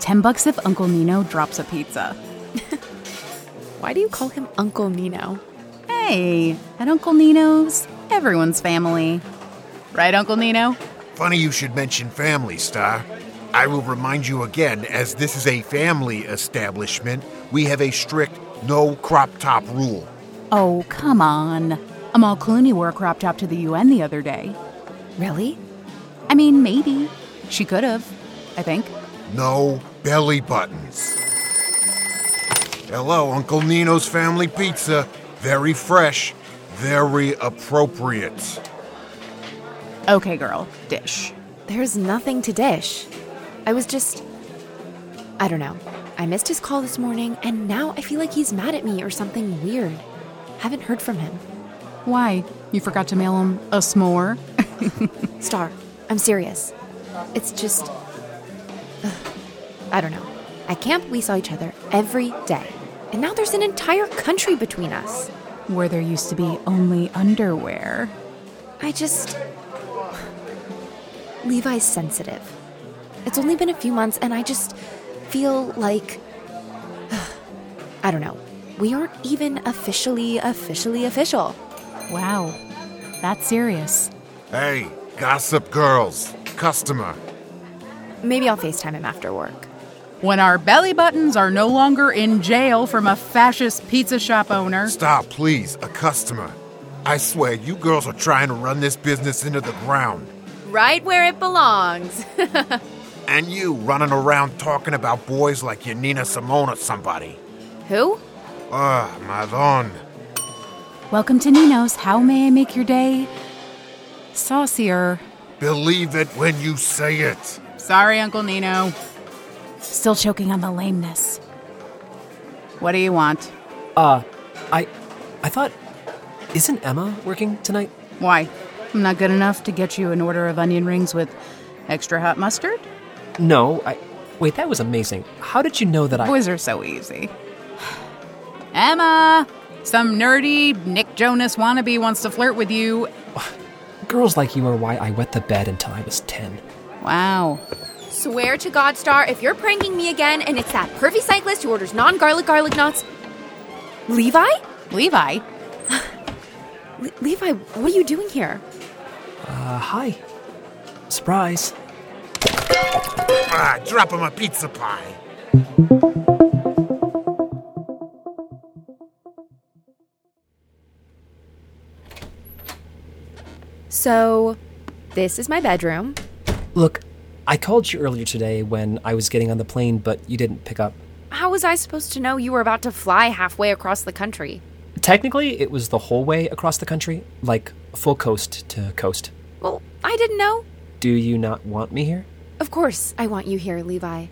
10 bucks if Uncle Nino drops a pizza. Why do you call him Uncle Nino? Hey, at Uncle Nino's, everyone's family. Right, Uncle Nino? Funny you should mention family, Star. I will remind you again, as this is a family establishment, we have a strict no crop top rule. Oh, come on. Amal Clooney wore a crop top to the UN the other day. Really? I mean, maybe. She could have, I think. No belly buttons. Hello, Uncle Nino's Family Pizza. Very fresh, very appropriate. Okay, girl, dish. There's nothing to dish. I was just. I don't know. I missed his call this morning, and now I feel like he's mad at me or something weird. Haven't heard from him. Why? You forgot to mail him a s'more? Star, I'm serious. It's just. Ugh. I don't know. At camp, we saw each other every day, and now there's an entire country between us. Where there used to be only underwear. I just. Levi's sensitive. It's only been a few months, and I just feel like. I don't know. We aren't even officially, officially official. Wow, that's serious. Hey, Gossip Girls, customer. Maybe I'll FaceTime him after work. When our belly buttons are no longer in jail from a fascist pizza shop owner. Stop, please, a customer. I swear, you girls are trying to run this business into the ground. Right where it belongs. And you running around talking about boys like you Nina Simone or somebody. Who? Ah, Madon. Welcome to Nino's. How may I make your day saucier? Believe it when you say it. Sorry, Uncle Nino. Still choking on the lameness. What do you want? Uh, I, I thought, isn't Emma working tonight? Why? I'm not good enough to get you an order of onion rings with extra hot mustard? No, I. Wait, that was amazing. How did you know that I? Boys are so easy. Emma! Some nerdy Nick Jonas wannabe wants to flirt with you. Girls like you are why I wet the bed until I was ten. Wow. Swear to God, Star, if you're pranking me again and it's that pervy cyclist who orders non garlic garlic knots. Levi? Levi? Le- Levi, what are you doing here? Uh, hi. Surprise. Ah, drop him a pizza pie. So, this is my bedroom. Look, I called you earlier today when I was getting on the plane, but you didn't pick up. How was I supposed to know you were about to fly halfway across the country? Technically, it was the whole way across the country, like full coast to coast. Well, I didn't know. Do you not want me here? Of course, I want you here, Levi.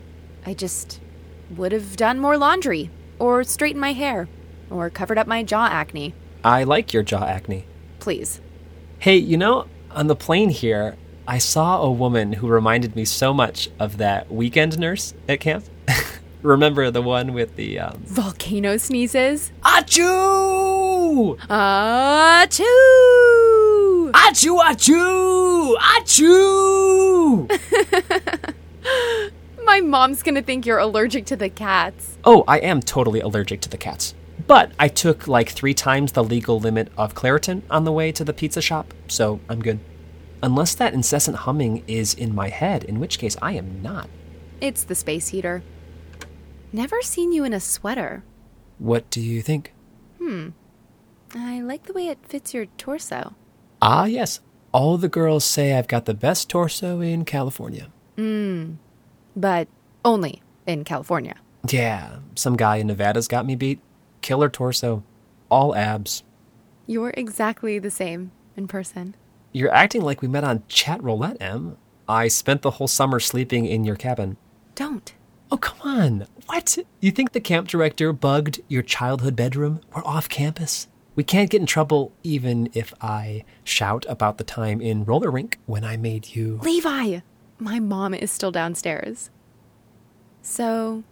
I just would have done more laundry, or straightened my hair, or covered up my jaw acne. I like your jaw acne. Please. Hey, you know, on the plane here, I saw a woman who reminded me so much of that weekend nurse at camp. Remember the one with the um, Volcano sneezes. achoo, Achoo! achoo, achoo, achoo. My mom's gonna think you're allergic to the cats. oh, I am totally allergic to the cats. But I took like three times the legal limit of Claritin on the way to the pizza shop, so I'm good. Unless that incessant humming is in my head, in which case I am not. It's the space heater. Never seen you in a sweater. What do you think? I like the way it fits your torso. Ah, yes. All the girls say I've got the best torso in California. But only in California. Yeah, some guy in Nevada's got me beat. Killer torso, all abs. You're exactly the same in person. You're acting like we met on chat roulette, Em. I spent the whole summer sleeping in your cabin. Don't. Oh, come on. What? You think the camp director bugged your childhood bedroom? We're off campus. We can't get in trouble even if I shout about the time in roller rink when I made you. Levi! My mom is still downstairs. So,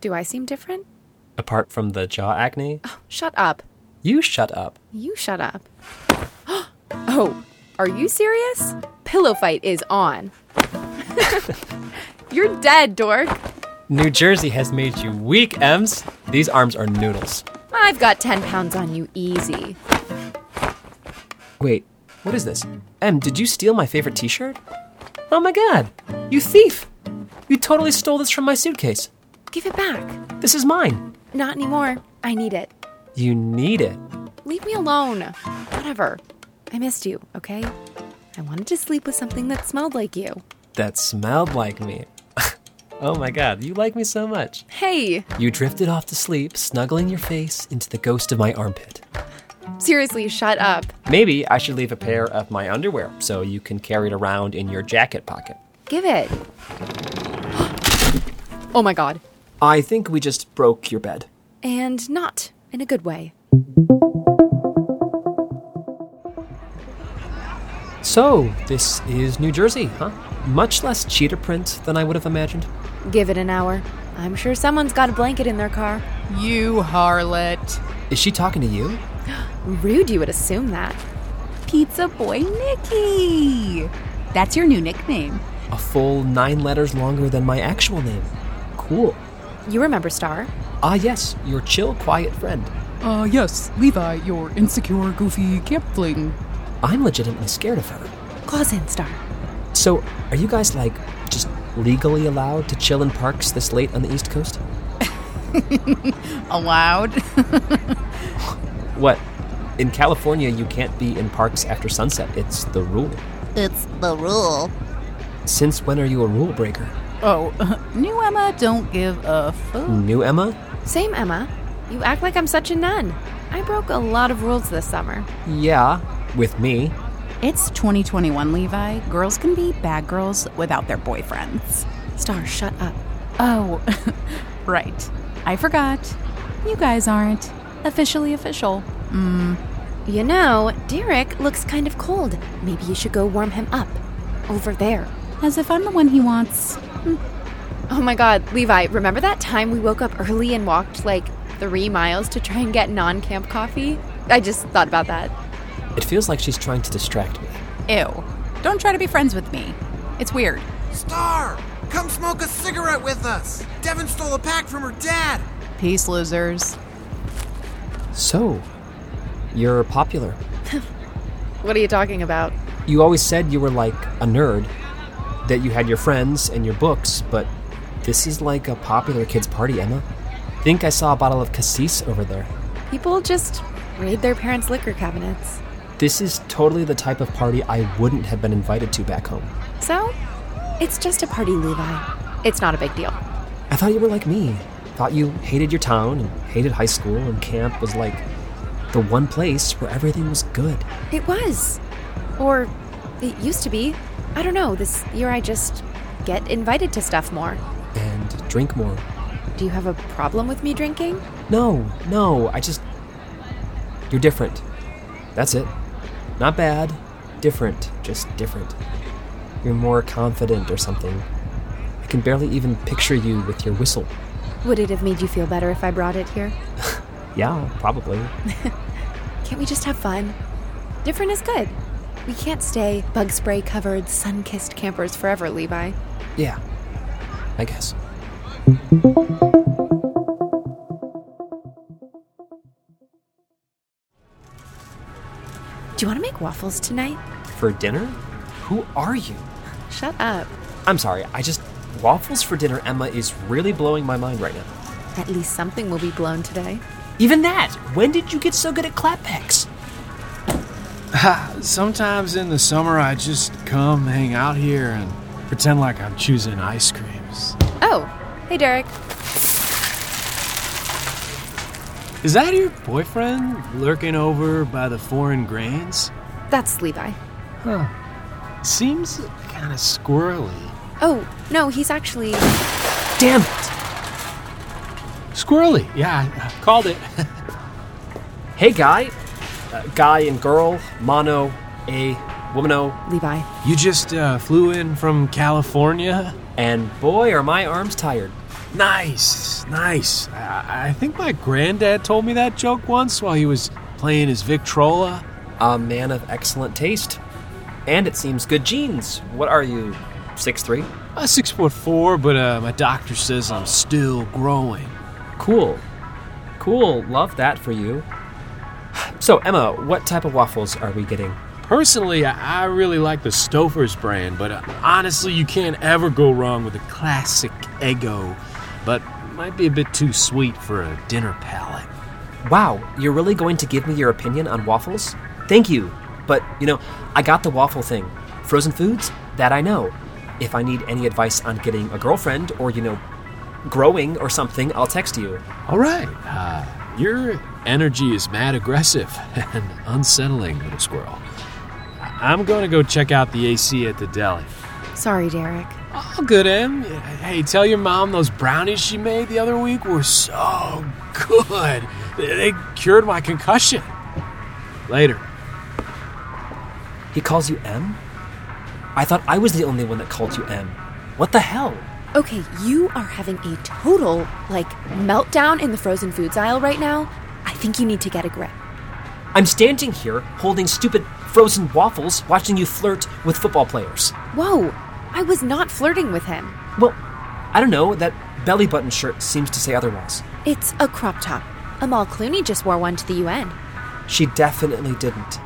do I seem different? Apart from the jaw acne, Shut up. you shut up. You shut up. oh, are you serious? Pillow fight is on. You're dead, dork. New Jersey has made you weak, Ems. These arms are noodles. I've got 10 pounds on you easy. Wait, what is this? Em, did you steal my favorite t shirt? Oh my god, you thief! You totally stole this from my suitcase. Give it back. This is mine. Not anymore. I need it. You need it. Leave me alone. Whatever. I missed you, okay? I wanted to sleep with something that smelled like you. That smelled like me. oh my god, you like me so much. Hey, You drifted off to sleep, snuggling your face into the ghost of my armpit. seriously, shut up. Maybe I should leave a pair of my underwear so you can carry it around in your jacket pocket. Give it. oh my god. I think we just broke your bed. And not in a good way. So, this is New Jersey, huh? Much less cheetah print than I would have imagined. Give it an hour. I'm sure someone's got a blanket in their car. You harlot. Is she talking to you? Rude you would assume that. Pizza Boy Nikki. That's your new nickname. A full nine letters longer than my actual name. Cool. You remember Star? Ah, yes, your chill, quiet friend. Uh, yes, Levi, your insecure, goofy camp fling. I'm legitimately scared of her. Claws in, Star. So, are you guys, like, just legally allowed to chill in parks this late on the East Coast? Allowed? What? In California, you can't be in parks after sunset. It's the rule. It's the rule. Since when are you a rule breaker? Oh, new Emma don't give a fuck. New Emma? Same, Emma. You act like I'm such a nun. I broke a lot of rules this summer. Yeah, with me. It's 2021, Levi. Girls can be bad girls without their boyfriends. Star, shut up. Oh, right. I forgot. You guys aren't officially official. Mm. You know, Derek looks kind of cold. Maybe you should go warm him up. Over there. As if I'm the one he wants. Oh my god, Levi, remember that time we woke up early and walked like three miles to try and get non camp coffee? I just thought about that. It feels like she's trying to distract me. Ew. Don't try to be friends with me. It's weird. Star, come smoke a cigarette with us. Devin stole a pack from her dad. Peace, losers. So, you're popular. What are you talking about? You always said you were like a nerd, that you had your friends and your books, but this is like a popular kids' party, Emma. Think I saw a bottle of cassis over there. People just raid their parents' liquor cabinets. This is totally the type of party I wouldn't have been invited to back home. So, it's just a party, Levi. It's not a big deal. I thought you were like me. Thought you hated your town and hated high school, and camp was like the one place where everything was good. It was. Or it used to be. I don't know. This year I just get invited to stuff more. And drink more. Do you have a problem with me drinking? No, no, I just. You're different. That's it. Not bad. Different. Just different. You're more confident or something. I can barely even picture you with your whistle. Would it have made you feel better if I brought it here? Yeah, probably. Can't we just have fun? Different is good. We can't stay bug spray covered, sun kissed campers forever, Levi. Yeah. I guess. Do you want to make waffles tonight? For dinner? Who are you? Shut up. I'm sorry, I just. Waffles for dinner, Emma, is really blowing my mind right now. At least something will be blown today. Even that! When did you get so good at clapbacks? Sometimes in the summer, I just come hang out here and pretend like I'm choosing ice creams. Oh, hey, Derek. Is that your boyfriend lurking over by the foreign grains? That's Levi. Seems kind of squirrely. Oh, no, he's actually. Damn it! Squirrely, yeah, I called it. Hey, guy. Uh, guy and girl, mono, a womano, Levi. you just uh, flew in from California? and boy, are my arms tired. Nice, nice. I, I think my granddad told me that joke once while he was playing his Victrola. A man of excellent taste. And it seems good genes. What are you? Six three? Uh, six foot four, but uh, my doctor says I'm still growing. Cool. Cool. Love that for you. So, Emma, what type of waffles are we getting? Personally, I, I really like the Stouffer's brand, but uh, honestly, you can't ever go wrong with a classic Eggo. But might be a bit too sweet for a dinner palate. Wow, you're really going to give me your opinion on waffles? Thank you. But, you know, I got the waffle thing. Frozen foods? That I know. If I need any advice on getting a girlfriend or, you know, growing or something, I'll text you. All right. Uh, your energy is mad aggressive and unsettling, little squirrel. I- I'm going to go check out the AC at the deli. Sorry, Derek. Oh, good, Em. Hey, tell your mom those brownies she made the other week were so good. They they cured my concussion. Later. He calls you M? I thought I was the only one that called you M. What the hell? Okay, you are having a total, like, meltdown in the frozen foods aisle right now. I think you need to get a grip. I'm standing here holding stupid frozen waffles watching you flirt with football players. Whoa, I was not flirting with him. Well, I don't know, that belly button shirt seems to say otherwise. It's a crop top. Amal Clooney just wore one to the UN. She definitely didn't.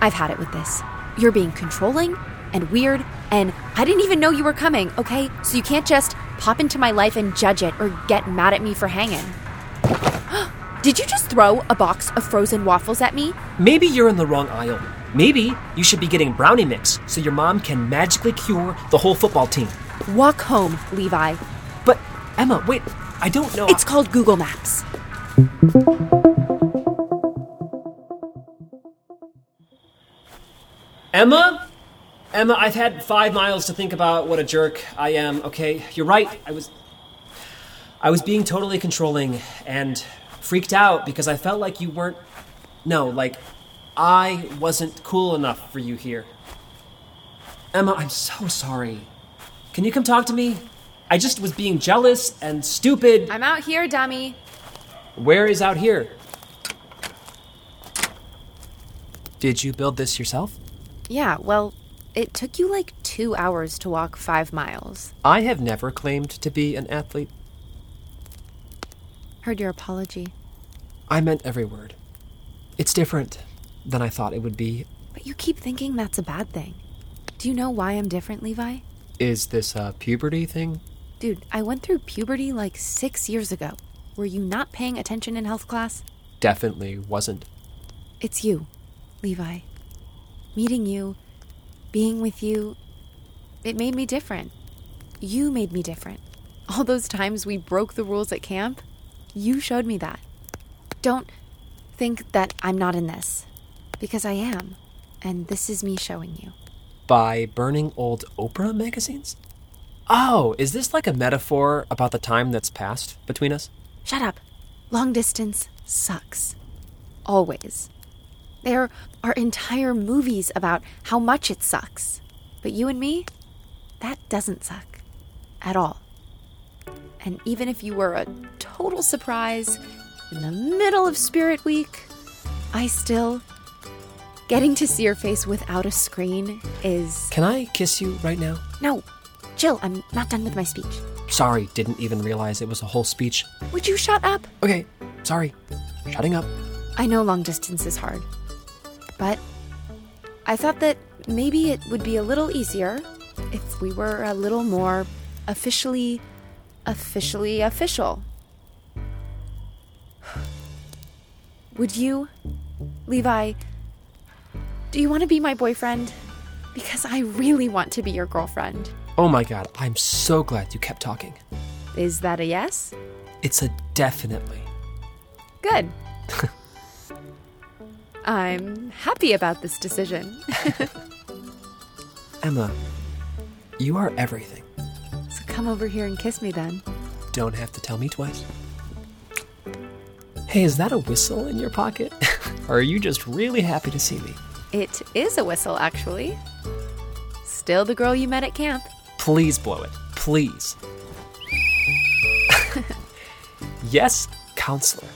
I've had it with this. You're being controlling and weird, and I didn't even know you were coming, okay? So you can't just pop into my life and judge it or get mad at me for hanging. Did you just throw a box of frozen waffles at me? Maybe you're in the wrong aisle. Maybe you should be getting brownie mix so your mom can magically cure the whole football team. Walk home, Levi. But, Emma, wait, I don't know. It's called Google Maps. Emma? Emma, I've had five miles to think about what a jerk I am, okay? You're right. I was. I was being totally controlling and freaked out because I felt like you weren't. No, like, I wasn't cool enough for you here. Emma, I'm so sorry. Can you come talk to me? I just was being jealous and stupid. I'm out here, dummy. Where is out here? Did you build this yourself? Yeah, well, it took you like two hours to walk five miles. I have never claimed to be an athlete. Heard your apology. I meant every word. It's different than I thought it would be. But you keep thinking that's a bad thing. Do you know why I'm different, Levi? Is this a puberty thing? Dude, I went through puberty like six years ago. Were you not paying attention in health class? Definitely wasn't. It's you, Levi. Meeting you, being with you, it made me different. You made me different. All those times we broke the rules at camp, you showed me that. Don't think that I'm not in this, because I am, and this is me showing you. By burning old Oprah magazines? Oh, is this like a metaphor about the time that's passed between us? Shut up. Long distance sucks. Always. There are entire movies about how much it sucks. But you and me, that doesn't suck. At all. And even if you were a total surprise in the middle of Spirit Week, I still. Getting to see your face without a screen is. Can I kiss you right now? No! Jill, I'm not done with my speech. Sorry, didn't even realize it was a whole speech. Would you shut up? Okay, sorry. Shutting up. I know long distance is hard, but I thought that maybe it would be a little easier if we were a little more officially, officially official. Would you, Levi, do you want to be my boyfriend? Because I really want to be your girlfriend. Oh my god, I'm so glad you kept talking. Is that a yes? It's a definitely. Good. I'm happy about this decision. Emma, you are everything. So come over here and kiss me then. Don't have to tell me twice. Hey, is that a whistle in your pocket? or are you just really happy to see me? It is a whistle, actually. Still the girl you met at camp. Please blow it. Please. yes, counselor.